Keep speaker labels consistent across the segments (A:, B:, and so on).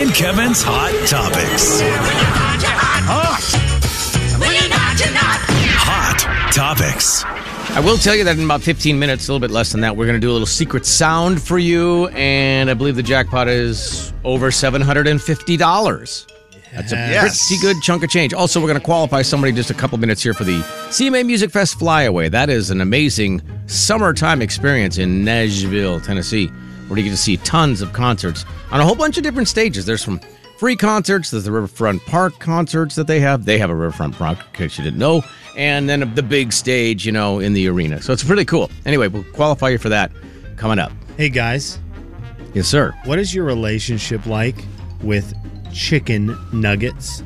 A: and Kevin's Hot Topics. Hot Topics.
B: I will tell you that in about 15 minutes, a little bit less than that, we're going to do a little secret sound for you. And I believe the jackpot is over $750. That's a
C: Yes.
B: pretty good chunk of change. Also, we're going to qualify somebody just a couple minutes here for the CMA Music Fest Flyaway. That is an amazing summertime experience in Nashville, Tennessee, where you get to see tons of concerts on a whole bunch of different stages. There's some free concerts, there's the Riverfront Park concerts that they have. They have a Riverfront Park, in case you didn't know. And then the big stage, you know, in the arena. So it's pretty cool. Anyway, we'll qualify you for that coming up.
C: Hey guys,
B: Yes, sir.
C: what is your relationship like with chicken nuggets?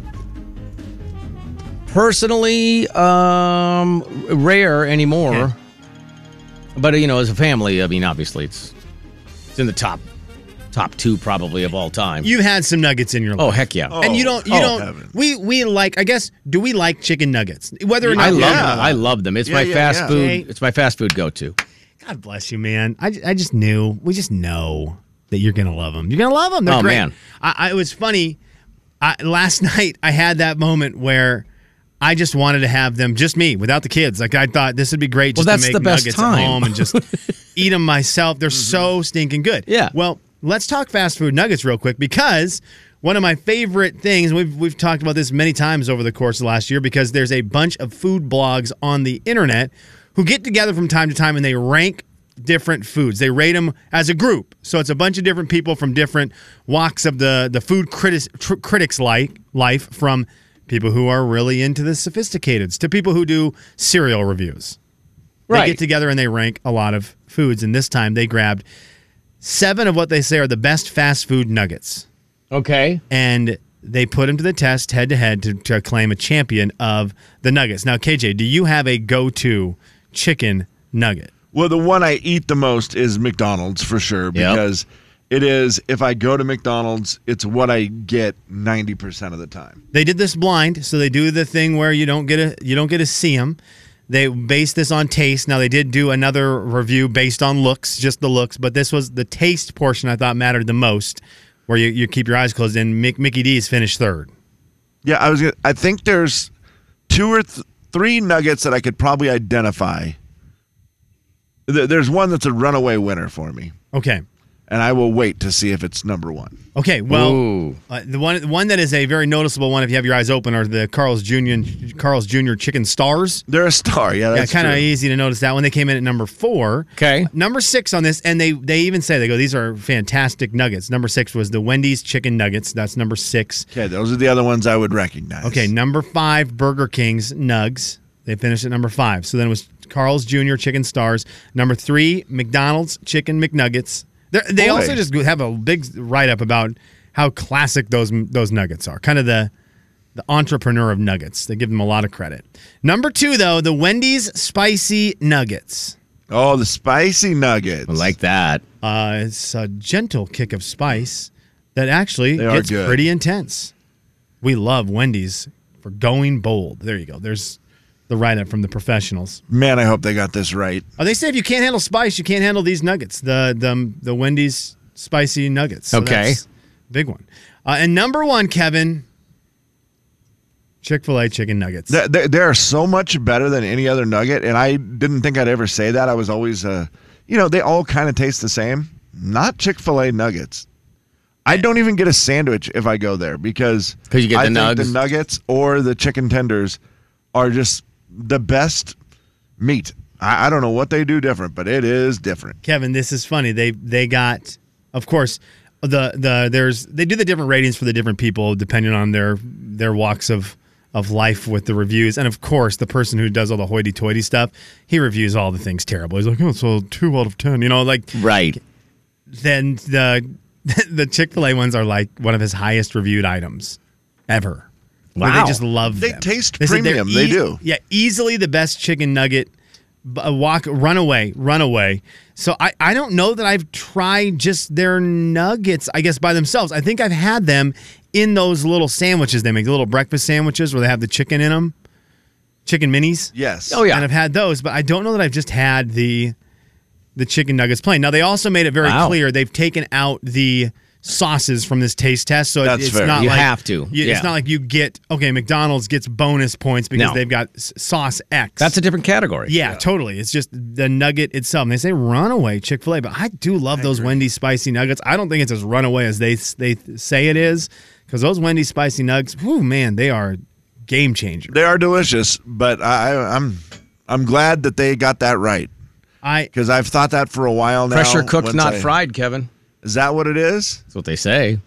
B: personally um rare anymore
C: Okay.
B: but uh, you know as a family i mean obviously it's it's in the top top two probably of all time
C: You've had some nuggets in your life.
B: oh heck yeah
C: and you don't you
B: Oh,
C: don't
D: heaven.
C: we we like I guess do we like chicken nuggets? Whether or not
B: i love
C: we like
B: them i love them it's
D: Yeah,
B: my
D: yeah,
B: fast
D: yeah.
B: food
C: Okay.
B: it's my fast food go-to
C: God bless you, man. I, I just knew. We just know that you're gonna love them. You're gonna love them. They're
B: Oh,
C: great.
B: man.
C: I, I, it was funny. I, last night I had that moment where I just wanted to have them, just me, without the kids. Like I thought this would be great.
B: Well, that's
C: Just to make
B: the best
C: nuggets
B: time. Mm-hmm.
C: at home and just eat them myself. They're so stinking good.
B: Yeah.
C: Well, let's talk fast food nuggets real quick because. One of my favorite things, we've, we've talked about this many times over the course of last year because there's a bunch of food blogs on the internet who get together from time to time and they rank different foods. They rate them as a group. So it's a bunch of different people from different walks of the the food critis, tr- critics like life from people who are really into the sophisticateds to people who do cereal reviews. They
B: right
C: get together and they rank a lot of foods and this time they grabbed 7 of what they say are the best fast food nuggets
B: okay
C: and they put him to the test head to head to claim a champion of the nuggets. Now KJ, do you have a go-to chicken nugget?
D: Well, the one I eat the most is McDonald's for sure because it is, if I go to McDonald's, it's what I get 90% of the time.
C: they did this blind so they do the thing where you don't get a you don't get to see them they base this on taste now they did do another review based on looks just the looks but this was the taste portion i thought mattered the most where you, you keep your eyes closed and Mick, mickey d's finished third
D: Yeah, I was gonna, I think there's two or th- three nuggets that I could probably identify. There- There's one that's a runaway winner for me,
C: okay
D: and I will wait to see if it's number one.
C: okay well
B: Ooh.
C: uh, the one the one that is a very noticeable one if you have your eyes open are the carl's junior carl's junior chicken stars
D: They're a star. Yeah,
C: Yeah,
D: that's
C: kind of
D: true.
C: easy to notice that when they came in at number four. Uh,
B: 'Kay.
C: Number six on this, and they they even say they go, these are fantastic nuggets. Number six was the Wendy's chicken nuggets. That's number six.
D: Okay, those are the other ones I would recognize.
C: Okay, number five, Burger King's nugs. They finished at number five. So then it was Carl's Jr. Chicken Stars. Number three, McDonald's Chicken McNuggets. They're, they
D: Boy.
C: also just have a big write up about how classic those those nuggets are. Kind of the the entrepreneur of nuggets. They give them a lot of credit. Number two, though, the Wendy's spicy nuggets.
D: Oh, the spicy nuggets.
B: I like that
C: Uh, it's a gentle kick of spice that actually
D: They are
C: gets
D: good.
C: pretty intense. We love Wendy's for going bold. There you go. There's the write up from the professionals.
D: Man, I hope they got this right.
C: Oh, they say if you can't handle spice, you can't handle these nuggets. The the the Wendy's spicy nuggets. So
B: Okay.
C: that's a big one. Uh, and number one, Kevin. Chick fil A chicken nuggets.
D: They- they- They are so much better than any other nugget, and I didn't think I'd ever say that. I was always, uh, you know, they all kind of taste the same. Not Chick Fil A nuggets. I don't even get a sandwich if I go there because
B: 'Cause you get
D: I
B: the
D: think
B: nugs.
D: the nuggets or the chicken tenders are just the best meat. I, I don't know what they do different, but it is different.
C: Kevin, this is funny. They they got, of course, the the there's they do the different ratings for the different people depending on their their walks of of life with the reviews, and of course, the person who does all the hoity-toity stuff, he reviews all the things terrible. He's like, oh, so two out of ten, you know, like
B: right
C: then the the Chick Fil A ones are like one of his highest reviewed items ever. Where
B: Wow.
C: they just love.
D: They
C: them.
D: taste
C: said they're e-
D: premium. They do.
C: Yeah, easily the best chicken nugget. b- uh, Walk, runaway, runaway. So I, I don't know that I've tried just their nuggets. I guess by themselves. I think I've had them in those little sandwiches they make, the little breakfast sandwiches where they have the chicken in them, chicken minis.
D: Yes.
B: Oh, yeah.
C: And I've had those, but I don't know that I've just had the the chicken nuggets plain. Now they also made it very
B: Wow.
C: clear they've taken out the sauces from this taste test. So it-
D: That's
C: it's
D: fair.
C: not
B: You
C: like
B: have to.
C: you-
B: Yeah.
C: It's not like you get okay. McDonald's gets bonus points because
B: No.
C: they've got s- sauce X.
B: That's a different category.
C: yeah, totally. It's just the nugget itself. And they say runaway Chick Fil A, but I do love those Wendy's spicy nuggets. I don't think it's as runaway as they they say it is because those Wendy's spicy nuggets, whoo man, they are game changer.
D: They are delicious, but I, I- I'm I'm glad that they got that right
C: I
D: because I've thought that for a while now.
B: Pressure cooked,
D: Once
B: not
D: I-
B: fried, Kevin.
D: Is that what it is?
B: That's what they say.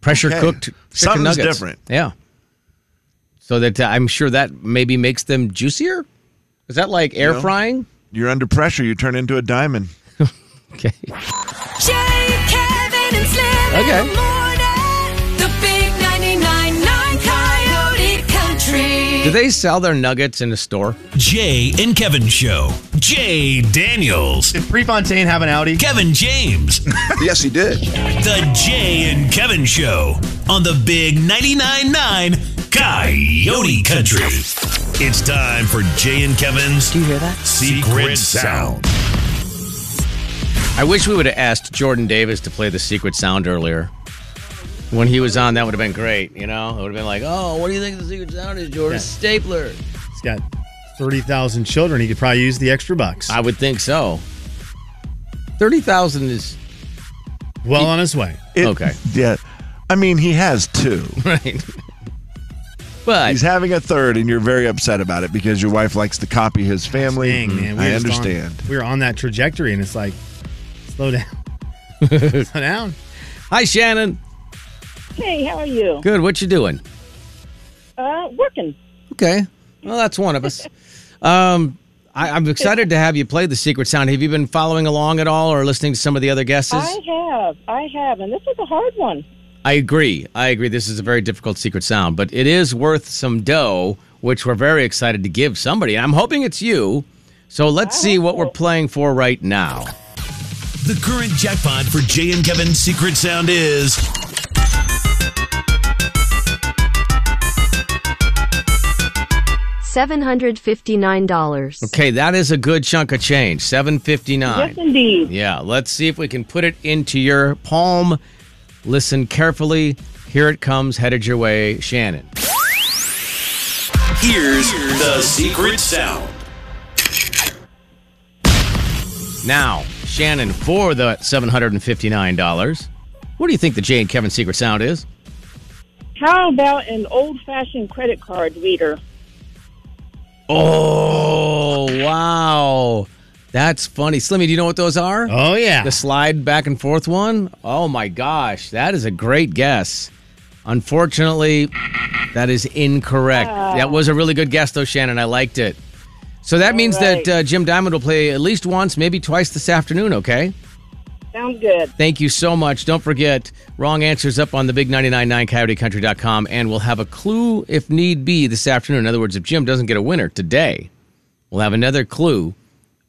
B: Pressure
D: Okay.
B: cooked chicken
D: Something's
B: nuggets.
D: different.
B: Yeah. So that uh, I'm sure that maybe makes them juicier. Is that like air
D: know.
B: frying?
D: You're under pressure. You turn into a diamond.
B: Okay.
E: Jay, Kevin, and Slim.
B: Okay.
E: In the, morning, the big 999 Coyote Country.
B: Do they sell their nuggets in a store?
A: Jay and Kevin Show. Jay Daniels.
C: did Prefontaine have an Audi?
A: Kevin James.
F: Yes, he did.
A: The Jay and Kevin Show on the Big 99.9 9 Coyote Country. It's time for Jay and Kevin's Do you hear that? Secret Sound.
B: I wish we would have asked Jordan Davis to play the secret sound earlier. When he was on, that would have been great. You know, it would have been like, oh, what do you think the secret sound is, Jordan?
C: Yeah.
B: Stapler.
C: He's got thirty thousand children. He could probably use the extra bucks.
B: I would think so. Thirty thousand is
C: well on his way.
D: It-
B: Okay.
D: Yeah. I mean, he has two.
B: right, but
D: He's having a third, and you're very upset about it because your wife likes to copy his
B: Mm-hmm.
D: family. Mm-hmm.
C: Dang, man.
D: I
C: were just
D: understand.
C: On, we were on that trajectory, and it's like, slow down. slow down.
B: hi, Shannon.
G: Hey, how are you?
B: Good. What you doing?
G: Uh, working.
B: Okay. Well, that's one of us. Um, I, I'm excited to have you play the secret sound. Have you been following along at all, or listening to some of the other guesses?
G: I have, I have, and this is a hard one.
B: I agree. I agree. This is a very difficult secret sound, but it is worth some dough, which we're very excited to give somebody. I'm hoping it's you. So let's see what we're playing for right now.
A: The current jackpot for Jay and Kevin's Secret Sound is
H: $759.
B: Okay, that is a good chunk of change. Seven fifty nine.
G: Yes, indeed.
B: Yeah, let's see if we can put it into your palm. Listen carefully. Here it comes, headed your way, Shannon.
A: Here's the Secret Sound.
B: Now, Shannon, for the seven hundred and fifty nine dollars. What do you think the Jay and Kevin secret sound is?
G: How about an old-fashioned credit card reader?
B: Oh wow, that's funny, Slimmy. Do you know what those are?
C: Oh yeah.
B: The slide back and forth one? Oh my gosh, that is a great guess. Unfortunately, that is incorrect. that was a really good guess, though, Shannon. I liked it. So that means
G: right.
B: that uh, Jim Diamond will play at least once, maybe twice this afternoon, okay?
G: Sounds good.
B: Thank you so much. Don't forget, wrong answers up on the big 999coyotecountry.com, and we'll have a clue if need be this afternoon. In other words, if Jim doesn't get a winner today, we'll have another clue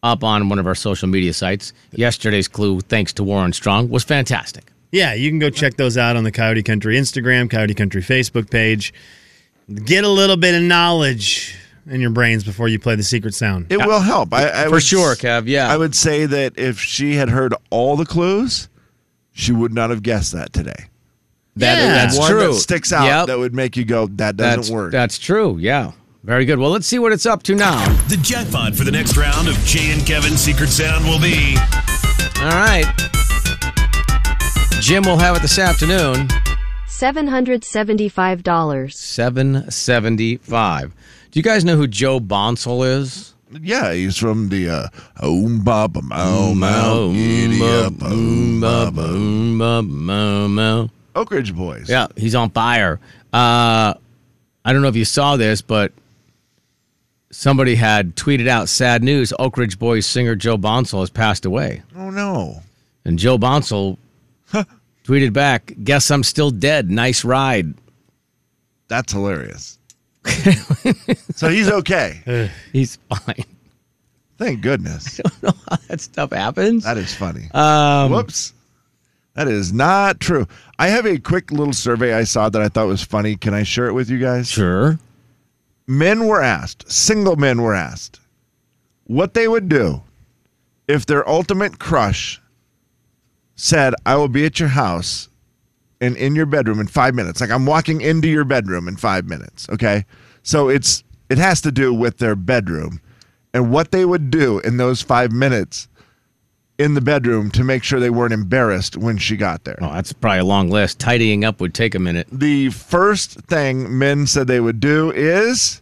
B: up on one of our social media sites. Yesterday's clue, thanks to Warren Strong, was fantastic.
C: yeah, you can go check those out on the Coyote Country Instagram, Coyote Country Facebook page. Get a little bit of knowledge in your brains before you play the secret sound.
D: It will help. I, I
B: For
D: would,
B: sure, Kev, yeah.
D: I would say that if she had heard all the clues, she would not have guessed that today.
B: That,
C: Yeah.
B: That's
D: One
B: true.
D: that sticks out
B: Yep.
D: that would make you go, that doesn't
B: that's,
D: work.
B: That's true. Yeah. Very good. Well, let's see what it's up to now.
A: The jackpot for the next round of Jay and Kevin's Secret Sound will be
B: All right. Jim will have it this afternoon.
H: $775.
B: 775. Do you guys know who Joe Bonsall is?
D: yeah, he's from the uh, Oom Ba Ba Mow
B: Oh,
D: Mow Giddy Up
B: mm,
D: Oom Ba Ba. Oak Ridge Boys.
B: Yeah, he's on fire. Uh, I don't know if you saw this, but somebody had tweeted out sad news. Oak Ridge Boys singer Joe Bonsall has passed away.
D: Oh, no.
B: And Joe Bonsall tweeted back, Guess I'm still dead. Nice ride.
D: That's hilarious. so he's okay.
B: He's fine.
D: Thank goodness.
B: that stuff happens.
D: That is funny. Um, Whoops. That is not true. I have a quick little survey I saw that I thought was funny. Can I share it with you guys?
B: sure.
D: Men were asked, single men were asked, what they would do if their ultimate crush said, I will be at your house and in your bedroom in five minutes. Like I'm walking into your bedroom in five minutes. Okay. So it's it has to do with their bedroom and what they would do in those five minutes in the bedroom to make sure they weren't embarrassed when she got there.
B: Oh, that's probably a long list. Tidying up would take a minute.
D: The first thing men said they would do is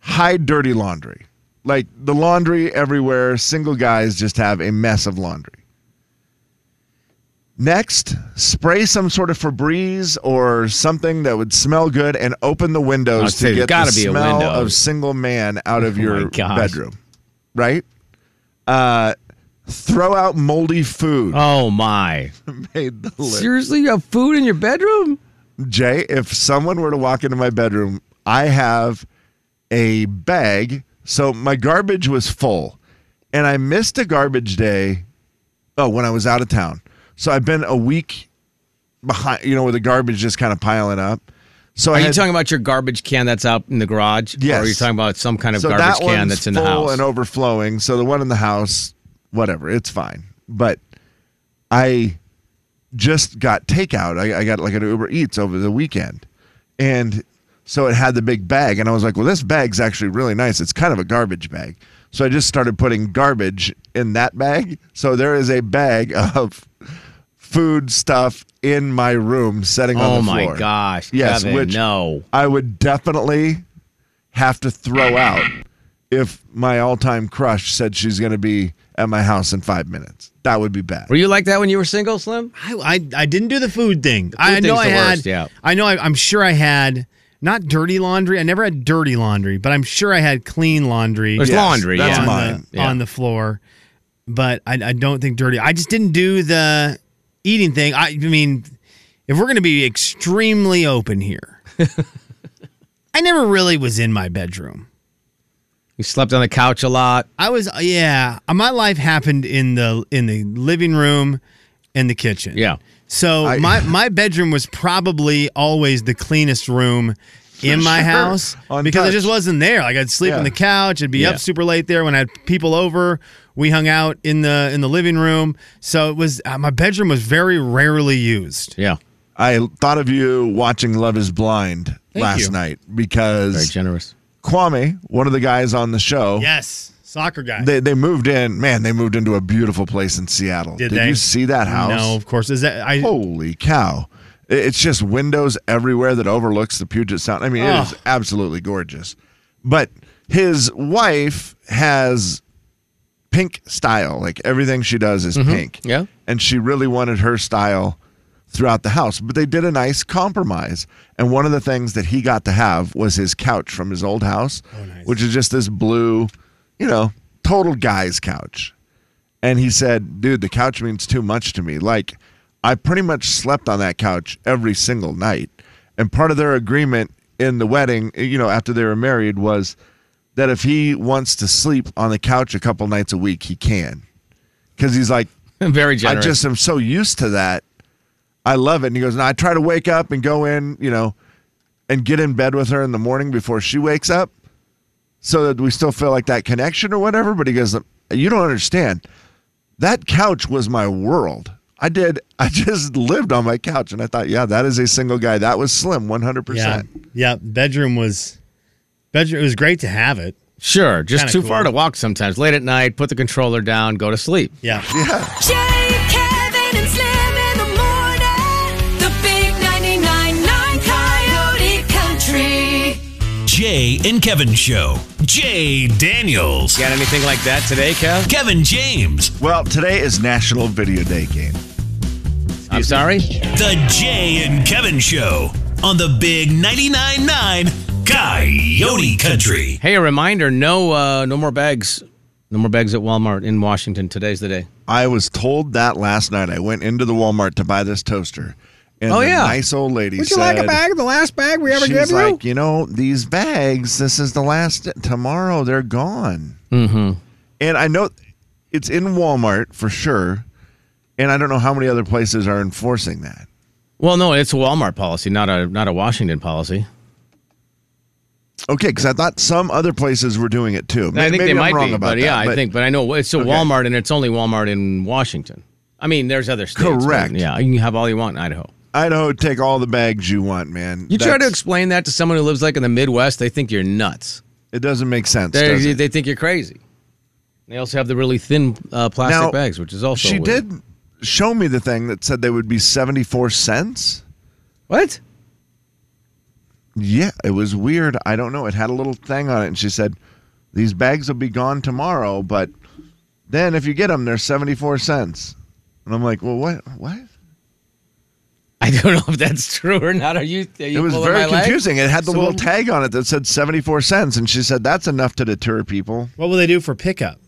D: hide dirty laundry. Like the laundry everywhere, single guys just have a mess of laundry. Next, spray some sort of Febreze or something that would smell good and open the
B: I'd
D: windows
B: say
D: to
B: there's
D: get the
B: gotta be a
D: smell
B: window.
D: of single man out of
B: Oh my
D: your
B: gosh.
D: bedroom. Right? Uh, throw out moldy food.
B: Oh my!
D: Made the list.
B: Seriously, you have food in your bedroom?
D: Jay, if someone were to walk into my bedroom, I have a bag. So my garbage was full, and I missed a garbage day. Oh, when I was out of town, so I've been a week behind. You know, where the garbage just kind of piling up. So
B: Are
D: I
B: you
D: had-
B: talking about your garbage can that's out in the garage?
D: Yes.
B: Or are you talking about some kind of
D: so
B: garbage
D: that
B: can
D: one's
B: that's in the
D: full
B: house?
D: and overflowing. So the one in the house, whatever, it's fine. But I just got takeout. I, I got like an Uber Eats over the weekend, and so it had the big bag, and I was like, "Well, this bag's actually really nice. It's kind of a garbage bag." So I just started putting garbage in that bag. So there is a bag of food stuff in my room, setting on
B: oh
D: the
B: my
D: floor.
B: gosh!
D: Yes,
B: Kevin,
D: which
B: no.
D: I would definitely have to throw out if my all-time crush said she's going to be at my house in five minutes. That would be bad.
B: Were you like that when you were single, Slim?
C: I, I, I didn't do the food thing. I
B: food
C: know I
B: thing's the
C: had.
B: worst, yeah.
C: I know. I, I'm sure I had not dirty laundry. I never had dirty laundry, but I'm sure I had clean laundry.
B: There's
D: Yes,
B: laundry.
D: that's
B: yeah.
C: on,
D: mine.
C: The,
B: Yeah.
C: on the floor. But I, I don't think dirty. I just didn't do the eating thing. I, I mean, if we're going to be extremely open here, I never really was in my bedroom.
B: You slept on the couch a lot.
C: I was yeah. My life happened in the in the living room, and the kitchen.
B: Yeah.
C: So
D: I-
C: my my bedroom was probably always the cleanest room in my
D: Sure.
C: house
D: Untouched.
C: because I just wasn't there. Like I'd sleep
D: Yeah.
C: on the couch, I'd be
B: Yeah.
C: up super late there when I had people over. We hung out in the in the living room. So it was uh, my bedroom was very rarely used.
B: Yeah.
D: I thought of you watching Love Is Blind last
C: you.
D: night
B: Very
D: because
B: generous.
D: Kwame, one of the guys on the show,
C: Yes, soccer guy.
D: they they moved in. Man, they moved into a beautiful place in Seattle.
C: Did they?
D: you see that house? Oh,
C: No, of course. Is that I
D: Holy cow. I- It's just windows everywhere that overlooks the Puget Sound. I mean, it is
C: Ugh.
D: absolutely gorgeous. But his wife has pink style. Like everything she does
C: Mm-hmm.
D: is pink.
B: Yeah.
D: And she really wanted her style throughout the house. But they did a nice compromise. And one of the things that he got to have was his couch from his old house,
C: Oh,
D: which is just this blue, you know, total guy's couch. And he said, dude, the couch means too much to me. Like, I pretty much slept on that couch every single night. And part of their agreement in the wedding, eh, you know, after they were married, was that if he wants to sleep on the couch a couple nights a week, he can. Because he's like,
B: Very
D: I
B: generous.
D: just am so used to that. I love it. And he goes, and I try to wake up and go in, you know, and get in bed with her in the morning before she wakes up so that we still feel like that connection or whatever. But he goes, you don't understand. That couch was my world. I did. I just lived on my couch. And I thought, yeah, that is a single guy. That was slim, 100%.
C: yeah yeah bedroom was bedroom. It was great to have it.
B: sure. Just
C: Kinda
B: too far
C: cool.
B: to walk sometimes. Late at night, put the controller down, go to sleep.
C: Yeah.
E: Jay, Kevin, and Slim in the morning. The big 99.9 Coyote Country.
A: Jay and Kevin Show. Jay Daniels.
B: Got anything like that today, Kev?
A: Kevin James.
D: Well, today is National Video Day Game.
B: I'm sorry.
A: The Jay and Kevin Show on the Big 99.9 Coyote Country.
B: Hey, a reminder: no, uh, no more bags, no more bags at Walmart in Washington. Today's the day.
D: I was told that last night. I went into the Walmart to buy this toaster. And
B: Oh,
D: the
B: yeah.
D: nice old lady
B: Would you
D: said,
B: like a bag? The last bag we ever
D: She's
B: gave you.
D: like, you know, these bags, this is the last, tomorrow they're gone.
B: Mm-hmm.
D: And I know it's in Walmart for sure. And I don't know how many other places are enforcing that.
B: well, no, it's a Walmart policy, not a not a Washington policy.
D: Okay, because I thought some other places were doing it too.
B: I think
D: Maybe
B: they
D: I'm
B: might
D: wrong
B: be,
D: about
B: but yeah,
D: that,
B: I think. But I know it's a
D: Okay.
B: Walmart, and it's only Walmart in Washington. I mean, there's other states. but
D: Correct.
B: Yeah, you can have all you want in Idaho.
D: Idaho take all the bags you want, man.
B: You try to
D: That's-
B: explain that to someone who lives like in the Midwest, they think you're nuts.
D: It doesn't make sense.
B: They,
D: does it?
B: they think you're crazy. They also have the really thin uh, plastic
D: Now,
B: bags, which is also
D: She
B: weird.
D: did show me the thing that said they would be 74 cents.
B: what?
D: Yeah, it was weird. I don't know. It had a little thing on it, and she said, "These bags will be gone tomorrow, but then if you get them, they're seventy-four cents." And I'm like, "Well, what? What?"
B: I don't know if that's true or not. Are you? Are you
D: It was
B: pulling my
D: very
B: leg?
D: confusing. It had the
C: So
D: little
C: what-
D: tag on it that said seventy-four cents, and she said, "That's enough to deter people."
C: What will they do for pickup?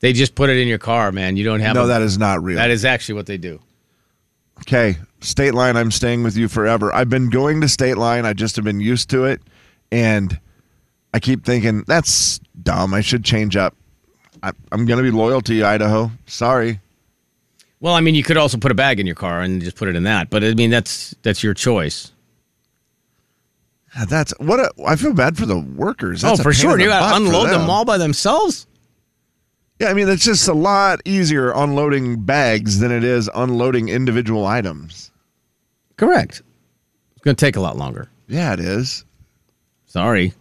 B: They just put it in your car, man. You don't have.
D: No,
B: a-
D: that is not real.
B: that is actually what they do.
D: okay. State line, I'm staying with you forever. I've been going to state line. I just have been used to it, and I keep thinking that's dumb. I should change up. I, I'm going to be loyal to you, Idaho. Sorry.
B: Well, I mean, you could also put a bag in your car and just put it in that, but I mean, that's that's your choice.
D: God, That's what a, I feel bad for the workers. That's
B: oh,
D: a
B: for
D: pain
B: sure.
D: in the
B: You got
D: butt
B: to
D: for
B: unload them. all by themselves.
D: Yeah, I mean it's just a lot easier unloading bags than it is unloading individual items.
B: Correct. It's going to take a lot longer.
D: Yeah, it is.
B: Sorry.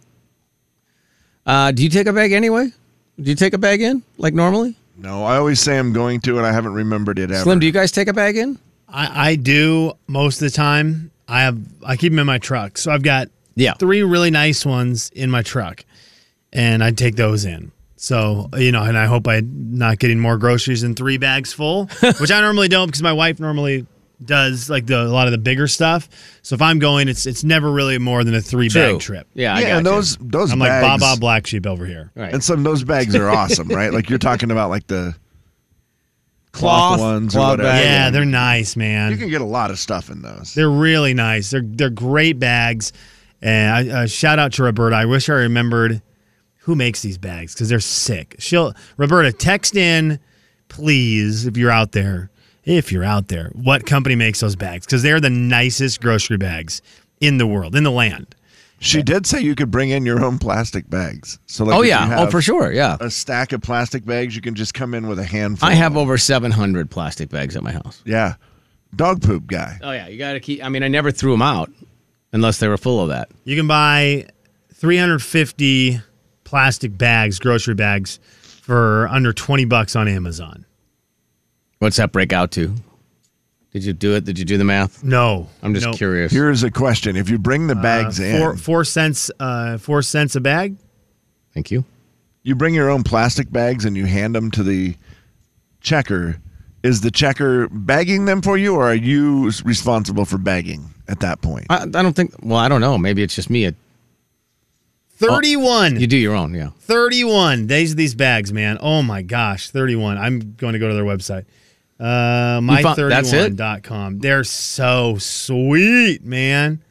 B: Uh, do you take a bag anyway? Do you take a bag in like normally?
D: No, I always say I'm going to, and I haven't remembered it ever.
B: Slim, do you guys take a bag in?
C: I, I do most of the time. I have I keep them in my truck, so I've got
B: Yeah.
C: three really nice ones in my truck, and I take those in. So you know, and I hope I'm not getting more groceries than three bags full, which I normally don't because my wife normally does like the, a lot of the bigger stuff. So if I'm going, it's it's never really more than a three
B: True.
C: bag trip.
B: Yeah, I
D: yeah,
B: got
D: and
B: you.
D: those those
C: I'm like
D: bags,
C: Baba Black Sheep over here.
B: Right.
D: and some those bags are awesome, right? Like you're talking about like the cloth, ones or
B: cloth
D: whatever.
B: bag.
C: Yeah, they're nice,
D: You
C: man.
D: can get a lot of stuff in those.
C: They're really nice. They're they're great bags. And I, uh, shout out to Roberta. I wish I remembered who makes these bags because they're sick. She'll Roberta text in, please, if you're out there, if you're out there, what company makes those bags? Because they're the nicest grocery bags in the world, in the land.
D: She did say you could bring in your own plastic bags. So like
B: oh
D: if you
B: yeah. Oh
D: have
B: for sure. Yeah.
D: A stack of plastic bags, you can just come in with a handful.
B: I have
D: of
B: over 700 plastic bags at my house.
D: Yeah. Dog poop guy.
B: Oh yeah, you got to keep. I mean, I never threw them out unless they were full of that.
C: You can buy 350 plastic bags, grocery bags, for under 20 bucks on Amazon.
B: What's that break out to? Did you do it? Did you do the math?
C: No,
B: I'm just
C: no.
B: curious.
D: Here's a question. If you bring the bags in,
C: four four cents uh four cents a bag
B: Thank you.
D: you bring your own plastic bags and you hand them to the checker, is the checker bagging them for you or are you s- responsible for bagging at that point?
B: I, I don't think. Well, I don't know. Maybe it's just me. It,
C: 31
B: Oh, you do your own. Yeah.
C: 31 these are these bags man oh my gosh 31 i'm going to go to their website uh
B: You found- that's it?
C: my31.com they're so sweet man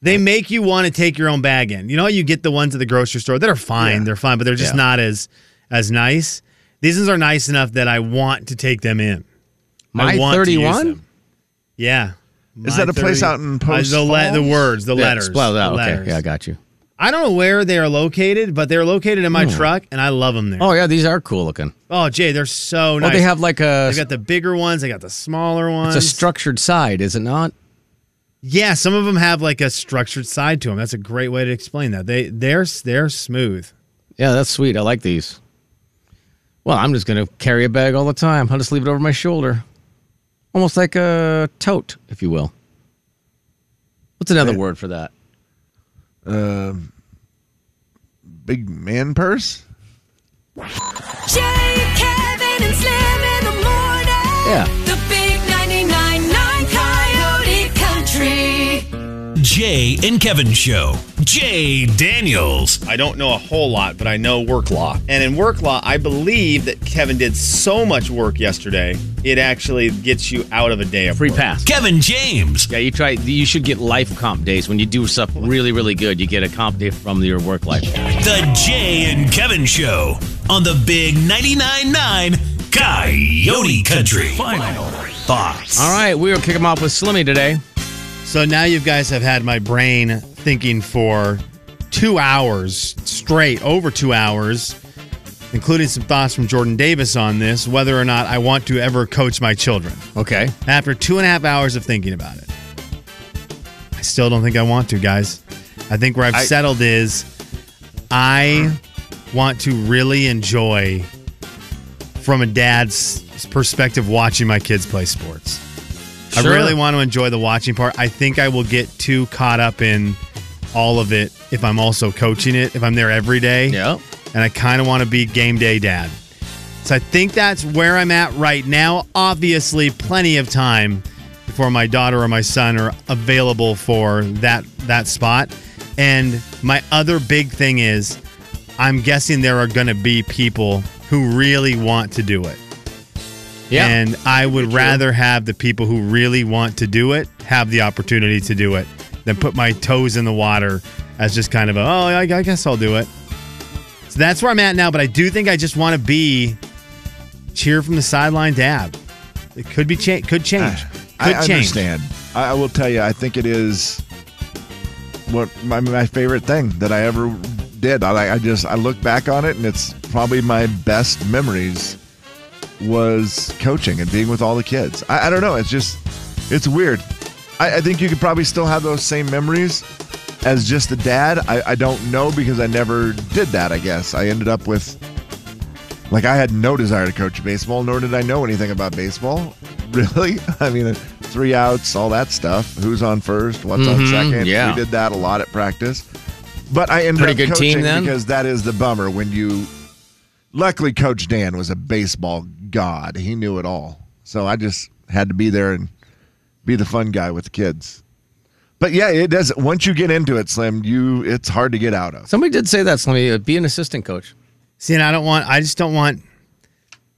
C: they make you want to take your own bag in you know you get the ones at the grocery store that are fine
D: Yeah.
C: they're fine but they're just
B: Yeah.
C: not as as nice these ones are nice enough that i want to take them in
B: My
C: I want to use
B: 31?
C: them. Yeah. Uh,
D: Is that a place out in Post
C: the, the
D: Falls?
C: words, the letters.
B: Yeah, spelled out.
C: the
B: Okay.
C: letters.
B: Yeah, I got you.
C: I don't know where they are located, but they're located in my truck, and I love them there.
B: Hmm. Oh yeah, these are cool looking.
C: Oh, Jay, they're so
B: Oh,
C: nice.
B: they have like a
C: They've got the bigger ones. They got the smaller
B: it's
C: ones.
B: a structured side, is it not?
C: yeah, some of them have like a structured side to them. That's a great way to explain that. They they're they're smooth.
B: Yeah, that's sweet. I like these. Well, I'm just gonna carry a bag all the time. I'll just leave it over my shoulder, almost like a tote, if you will. What's another word for that?
D: Um, big man purse?
E: Jay, Kevin, and Slim in the morning.
B: Yeah.
E: The big 99.9 Coyote Country.
A: Jay and Kevin Show. Jay Daniels.
F: I don't know a whole lot, but I know work law. And in work law, I believe that Kevin did so much work yesterday, it actually gets you out of a day of
B: Free
F: work.
B: pass.
A: Kevin James.
B: Yeah, you try. You should get life comp days when you do stuff really, really good. You get a comp day from your work life.
A: The Jay and Kevin Show on the Big 99.9 Coyote Country. Final thoughts.
B: All right, we will kick them off with Slimmy today.
C: So now you guys have had my brain thinking for two hours straight, over two hours, including some thoughts from Jordan Davis on this whether or not I want to ever coach my children.
B: Okay.
C: After two and a half hours of thinking about it, I still don't think I want to, guys. I think where I've
D: I-
C: settled is I want to really enjoy, from a dad's perspective, watching my kids play sports. I
B: Sure.
C: really want to enjoy the watching part. I think I will get too caught up in all of it if I'm also coaching it, if I'm there every day.
B: Yeah.
C: And I kind of want to be game day dad. So I think that's where I'm at right now. Obviously, plenty of time before my daughter or my son are available for that that spot. And my other big thing is I'm guessing there are going to be people who really want to do it.
B: Yeah.
C: And I would rather have the people who really want to do it have the opportunity to do it than put my toes in the water as just kind of a, oh, I, I guess I'll do it. So that's where I'm at now. But I do think I just want to be cheer from the sideline dab. It could be cha- could change.
D: Ah, I
C: Could change.
D: understand. I, I will tell you, I think it is what my, my favorite thing that I ever did. I, like- I just I look back on it, and it's probably my best memories was coaching and being with all the kids. I, I don't know. It's just it's weird. I, I think you could probably still have those same memories as just a dad. I, I don't know because I never did that. I guess I ended up with like I had no desire to coach baseball, nor did I know anything about baseball. Really, I mean, three outs, all that stuff. Who's on first? What's on
B: Mhm,
D: second?
B: yeah.
D: we did that a lot at practice. But I ended
B: Pretty
D: up
B: good team
D: coaching
B: then?
D: because that is the bummer when you. Luckily, Coach Dan was a baseball god. He knew it all, so I just had to be there and be the fun guy with the kids. But yeah, it does. Once you get into it, Slim, you it's hard to get out of.
B: Somebody did say that, Slimmy. uh, Be an assistant coach.
C: See, and I don't want. I just don't want.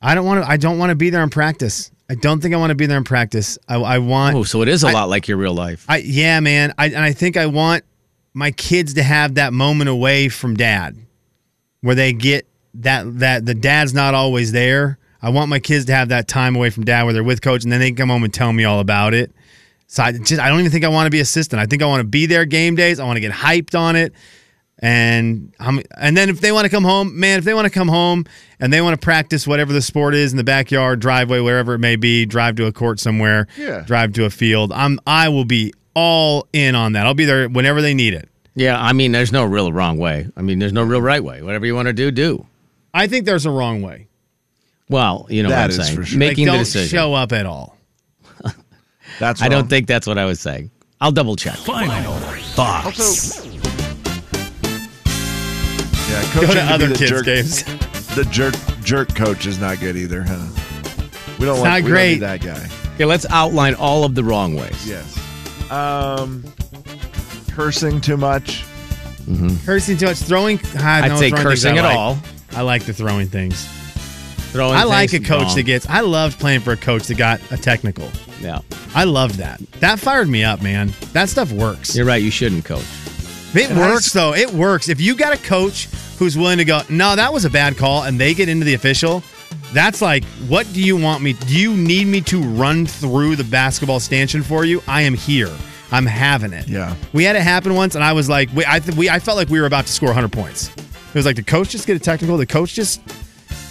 C: I don't want to. I don't want to be there in practice. I don't think I want to be there in practice. I, I want.
B: Oh, so it is a lot like your real life.
C: I yeah, man. I and I think I want my kids to have that moment away from dad, where they get that that the dad's not always there. I want my kids to have that time away from dad where they're with coach, and then they can come home and tell me all about it. So I just I don't even think I want to be assistant. I think I want to be there game days. I want to get hyped on it. And I'm, and then if they want to come home, man, if they want to come home and they want to practice whatever the sport is in the backyard, driveway, wherever it may be, drive to a court somewhere,
D: Yeah.
C: drive to a field. I'm I will be all in on that. I'll be there whenever they need it.
B: yeah, I mean, there's no real wrong way. I mean, there's no real right way. Whatever you want to do, do.
C: I think there's a wrong way.
B: Well, you know
D: That
B: what
D: is
B: I'm saying.
D: for sure.
B: Making
C: like,
B: the
C: don't
B: decision.
C: show up at all.
D: That's
B: I
D: wrong.
B: don't think that's what I was saying. I'll double check.
A: Final thoughts.
D: Also, yeah,
C: Go
D: coaching
C: to
D: can be
C: other
D: the
C: kids'
D: jerk,
C: games.
D: The jerk jerk coach is not good either, huh? We don't
C: It's not
D: want we don't
C: great.
D: need that guy.
B: Okay, let's outline all of the wrong ways.
D: Yes. Um, cursing too much.
C: Cursing too much, throwing. I
B: I'd
C: know
B: say
C: throwing things
B: cursing
C: I
B: at
C: like.
B: all.
C: I like the throwing things.
B: Throwing
C: I like a
B: things
C: coach
B: wrong.
C: that gets. I loved playing for a coach that got a technical.
B: Yeah,
C: I loved that. That fired me up, man. That stuff works.
B: you're right. You shouldn't coach.
C: It
D: And I
C: works
D: s-
C: though. It works. If you got a coach who's willing to go, no, that was a bad call, and they get into the official, that's like, what do you want me? Do you need me to run through the basketball stanchion for you? I am here. I'm having it.
D: Yeah.
C: We had it happen once, and I was like, we, I, th- we, I felt like we were about to score 100 points. It was like the coach just get a technical. The coach just,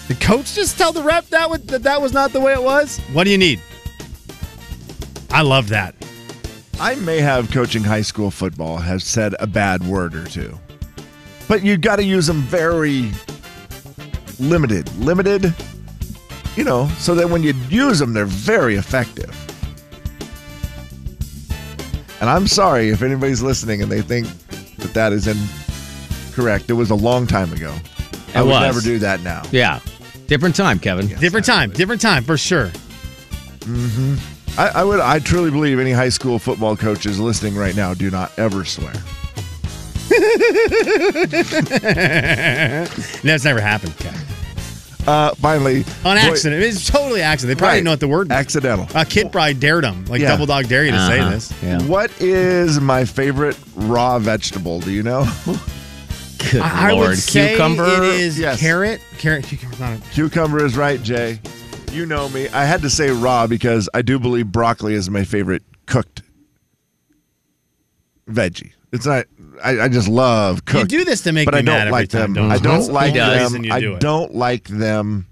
C: the coach just tell the rep that was, that, that was not the way it was. What do you need? I love that.
D: I may have coaching high school football have said a bad word or two, but you got to use them very limited, limited. You know, so that when you use them, they're very effective. And I'm sorry if anybody's listening and they think that that is incorrect. It was a long time ago. I
B: It
D: would
B: was.
D: never do that now.
B: Yeah, different time, Kevin.
C: Different time, different time for sure.
D: I, I would. I truly believe any high school football coaches listening right now do not ever swear.
C: And that's never happened. Kat.
D: Uh, finally,
C: On
D: boy-
C: accident. It's totally accident. They probably
D: Right.
C: know what the word means.
D: Accidental.
C: A kid probably dared them. Like
D: Yeah.
C: Double Dog dare you to say
B: Uh-huh.
C: this.
B: Yeah.
D: What is my favorite raw vegetable? Do you know?
B: Good
C: I, I
B: lord,
C: would say
B: cucumber.
C: it is
D: Yes.
C: carrot. Carrot. Cucumber's not a,
D: Cucumber is right, Jay. You know me. I had to say raw because I do believe broccoli is my favorite cooked veggie. It's not. I, I just love
C: You
D: cooked.
C: do this to make
D: but
C: me
D: I
C: mad
D: don't
C: every
D: like
C: time,
D: them.
C: don't
D: I
C: you? That's
D: don't
C: the
D: like
C: only reason
D: them.
C: you
D: I
C: do it.
D: don't like them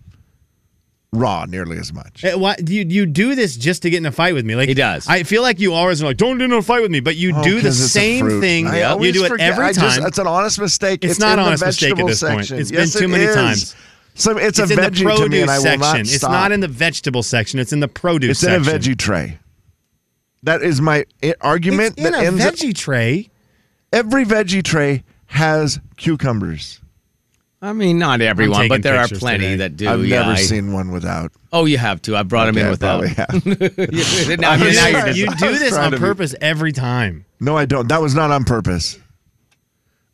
D: raw nearly as much.
C: Eh, Why, do you, you do this just to get in a fight with me? Like
B: He does.
C: I feel like you always are like, don't get in a fight with me, but you
D: Oh,
C: do the
D: 'cause it's a
C: same
D: fruit.
C: thing.
D: I
C: You
D: always
C: do it
D: forget.
C: every
D: I just-
C: time.
D: that's an honest mistake.
C: It's
D: It's,
C: not
D: in
C: honest
D: the
C: mistake at
D: vegetable
C: this point.
D: section.
C: It's been
D: yes,
C: too
D: it
C: many
D: is.
C: times.
D: So
C: it's
D: it's, a
C: in the
D: veggie to me,
C: produce
D: and I will
C: section.
D: not
C: it's
D: stop.
C: not in the vegetable section. It's in the produce.
D: It's in a
C: section.
D: veggie tray. That is my i- argument.
C: It's in a
D: that ends
C: veggie tray.
D: every veggie tray has cucumbers.
B: I mean, not everyone,
C: taking
B: but there are
C: pictures
B: plenty
C: today.
B: that do.
D: I've
B: yeah,
D: never
B: I-
D: seen one without.
B: Oh, you have to. I brought him
D: Yeah,
B: in
D: I
B: without.
D: probably have.
B: now,
C: You,
B: you're- now you're
D: just-
C: Oh, you
D: I
C: do
D: was
C: this
D: trying
C: on
D: to be-
C: purpose every time.
D: No, I don't. That was not on purpose.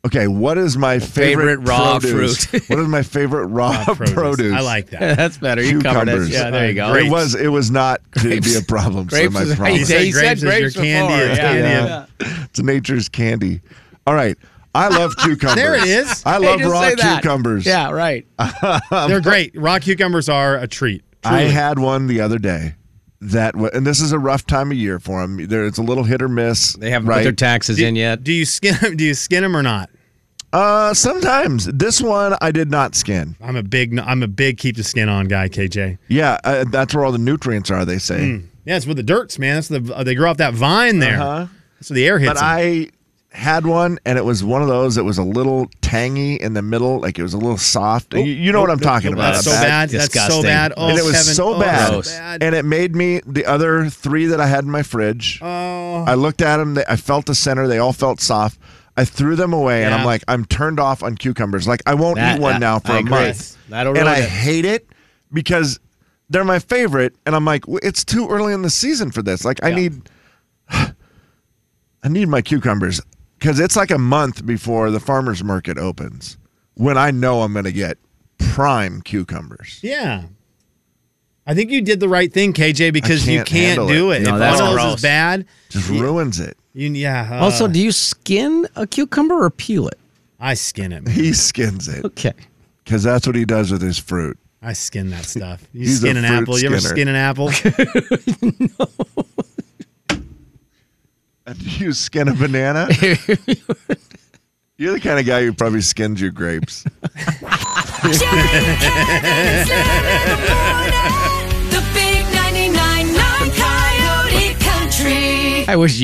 D: Okay, what is my favorite,
B: favorite raw
D: produce?
B: fruit.
D: what is my favorite raw
C: Produce.
D: produce?
C: I like that.
B: That's better. You covered it.
D: Cucumbers.
B: Yeah, there you go.
C: Grapes.
D: It was. It was not to be a problem. so
B: Grapes
D: my
B: is-
D: problem.
B: he said, he said
C: Grapes is your
B: grapes before.
C: candy. It's
B: Yeah.
C: candy.
B: Yeah.
D: Yeah. It's nature's candy. All right. I love cucumbers.
C: There it is.
D: I
B: Hey,
D: love
B: just
D: raw
B: say that.
D: cucumbers. Uh,
B: Yeah, right.
C: They're great. Raw cucumbers are a treat.
D: I had one the other day that, wa- and this is a rough time of year for them. There, it's a little hit or miss.
B: They haven't put
D: right?
B: their taxes in yet.
C: Do you skin them? Do you skin them or not?
D: uh, sometimes this one I did not skin.
C: I'm a big. I'm a big keep the skin on guy. KJ.
D: Yeah, uh, that's where all the nutrients are. They say.
B: Hmm.
C: Yeah, it's with the dirts, man. That's the. uh, They grow off that vine there.
D: Uh-huh.
C: So the air hits.
D: But
C: 'em.
D: I had one, and it was one of those that was a little tangy in the middle, like it was a little
B: Oh.
D: soft. you, you know what I'm talking about?
C: That's so
D: A bad-
C: bad. That's so
B: disgusting.
C: bad. Oh,
D: and it was
C: Kevin.
D: so
C: Oh,
D: bad.
B: Gross.
D: and it made me the other three that I had in my fridge.
C: Oh.
D: I looked at them. They, I felt the center. They all felt soft. I threw them away, and
C: Yeah.
D: I'm like, I'm turned off on cucumbers. Like I won't
B: That-
D: eat one
B: that-
D: now for
B: I
D: a
B: agree.
D: month.
B: That'll ruin
D: and I
B: it.
D: hate it because they're my favorite, and I'm like, "Well, it's too early in the season for this. Like I
B: Yeah.
D: need, I need my cucumbers because it's like a month before the farmers market opens when I know I'm going to get prime cucumbers.
C: Yeah. I think you did the right thing, KJ, because you
D: can't
C: can't
D: handle
C: do
D: it.
C: it.
B: No,
C: if
B: that's
C: one of those
B: gross.
C: is bad,
D: Just ruins it.
C: you yeah. uh,
B: also, do you skin a cucumber or peel it?
C: I skin it. man.
D: He skins it.
B: Okay.
D: Because that's what he does with his fruit.
C: I skin that stuff. You
D: He's a
C: skin an
D: fruit
C: apple. You ever
D: skinner.
C: skin an apple?
D: And Uh, you skin a banana? You're the kind of guy who probably skins your grapes.
E: Jay and Kevin in the morning. The big 999 Coyote Country.
B: I wish you.